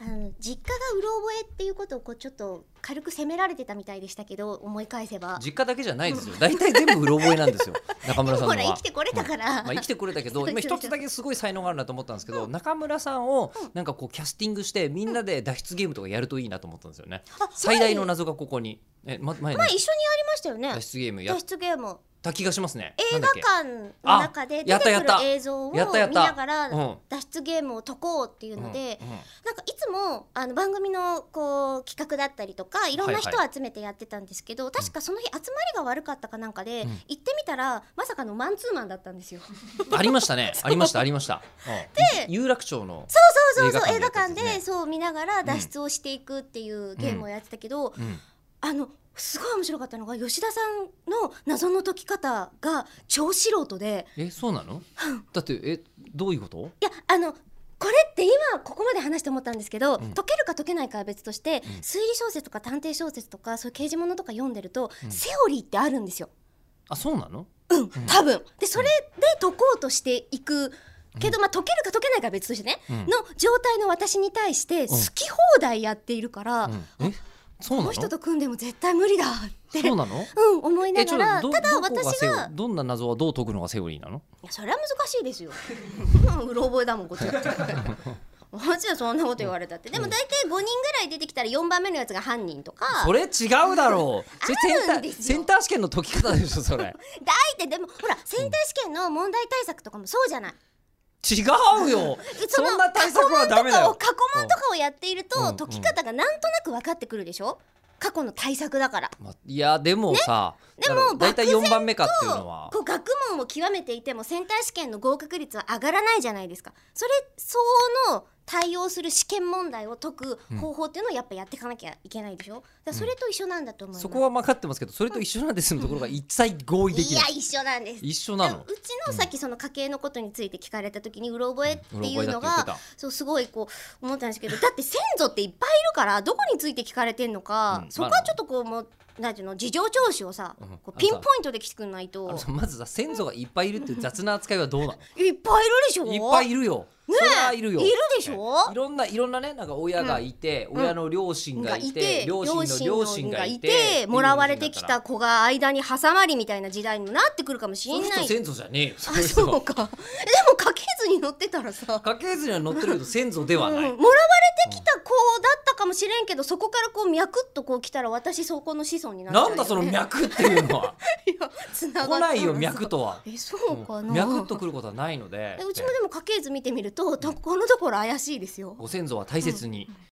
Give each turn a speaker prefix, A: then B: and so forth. A: 実家がうろ覚えっていうことをこうちょっと軽く責められてたみたいでしたけど思い返せば
B: 実家だけじゃないですよ大体全部うろ覚えなんで すよ中村さん
A: ほ
B: の
A: ら
B: は
A: 生きてこれたから、
B: まあ、生きてくれたけど今一つだけすごい才能があるなと思ったんですけど、中村さんをなんかこうキャスティングしてみんなで脱出ゲームとかやるといいなと思ったんですよね、
A: あ
B: 最大の謎がここにえ、ま、前ね
A: 前一緒にやりましたよね
B: 脱出ゲームやっ
A: 脱出ゲーム
B: た気がしますね
A: 映画
B: なんだっけ
A: 館の中で出
B: あや
A: て
B: っ
A: く
B: た
A: る
B: やった
A: 映像を見
B: やったやった
A: ながら
B: うん
A: 脱出ゲームを解こうっていうので、
B: うんうん
A: なんかいつもあの番組のこう企画だったりとかいろんな人を
B: はい
A: 集めてやってたんですけど、確かその日集まりが悪かったかなんかで、
B: うん
A: 行ってみたらまさかのマンツーマンだったんですよ。
B: ありまし たね。ありました、ありました。うん有楽町の。
A: そうそうそう映
B: 映
A: 画
B: 画館
A: 館で
B: でやったやつです
A: そう見ながら脱出をしていくっていうゲームをやってたけど、
B: うん
A: あのすごい面白かったのが吉田さんの謎の解き方が超素人で
B: え、そうなの。だって、え、どういうこと。
A: いやあのこれって今ここまで話して思ったんですけど、
B: ん
A: 解けるか解けないかは別として、
B: ん
A: 推理小説とか探偵小説とかそういう刑事物とか読んでると、
B: ん
A: セオリーってあるんですよ。
B: あ、そうなの。
A: うん、多分でそれで解こうとしていくけど、まあ、解けるか解けないかは別としてね、
B: うん
A: の状態の私に対して好き放題やっているから、
B: うんえ、そう
A: この
B: なの。
A: 人
B: そ
A: と組んでも絶対無理だって、
B: うなの。
A: うん、思いな
B: え、ちょ
A: が
B: っ
A: ら
B: と、ど、
A: ただ
B: どこが
A: 私
B: セオ
A: が
B: どんな謎はどう解くのがセオリーなの。
A: いやそれは難しいですよ うろ覚えだもんこっちだって もちろんそんなこと言われたってでも大体5人ぐらい出てきたら4番目のやつが犯人とか
B: それ違うだろう。それセンタ
A: あるんで
B: ー、
A: すよ
B: センター試験の解き方でしょ、それ。
A: 大体でもほらセンター試験の問題対策とかもそうじゃない
B: 違 うよ。そ
A: の
B: んな対策はダメだ
A: 過
B: よ。
A: 去問とかをやっている
B: うん
A: と
B: うん
A: 解き方がなんとなく分かってくるでしょ過去の対策だから
B: まいや、でもさ。
A: でも
B: だいたい四番目かっていうのは
A: こ。う学問を極めていてもセンター試験の合格率は上がらないじゃないですかそれ相応の対応する試験問題を解く方法っていうのをやっぱやっていかなきゃいけないでしょだからそれと一緒なんだと思います、
B: そこは分かってますけど、それと一緒なんですのところが一切合意でき
A: い
B: な
A: や
B: い。
A: 一緒なんです
B: 一緒な
A: だ
B: の
A: から。うちのさっきその家計のことについて聞かれた時にうろ覚えっていうの
B: うんうろ覚えだって言って
A: が、
B: た
A: そうすごいこう思ったんですけどだって先祖っていっぱいいるからどこについて聞かれてんのか、
B: うん
A: そこはちょっとこうもうなんていうの事情聴取をさ、
B: うん
A: こうピンポイントで来てくんない
B: あ
A: と
B: のさまずさ先祖がいっぱいいるっていう雑な扱いは どうなの
A: いっぱいいるでしょ
B: いっぱいいるよ。
A: ねえ
B: それはいるよ。
A: いるでしょ
B: ねいろんないろんなねなんか親がいて、
A: ん
B: 親の両親がいて、両親の両親がいてっていう
A: もらわれてきた
B: 人
A: 子が間に挟まりみたいな時代にもなってくるかもしれ
B: だから。そ
A: な
B: の人
A: い
B: 先祖じゃねえよ。そ
A: あ
B: の人
A: そうかでも家系図に乗ってたらさ、
B: 家系図には載ってるけど先祖では
A: うん、も
B: な
A: ら
B: い。
A: われてきた子だったかもしれんけどそこからこう脈っとこう来たら私そこの子孫になっちゃう
B: なんだそ の脈っていうのは
A: つながった
B: 来
A: らさ
B: ないよ脈とは。
A: えそうかな
B: 脈と来ることはないので
A: え。うちもでも家系図見てみるとところどころ怪しいですよ
B: ご先祖は大切に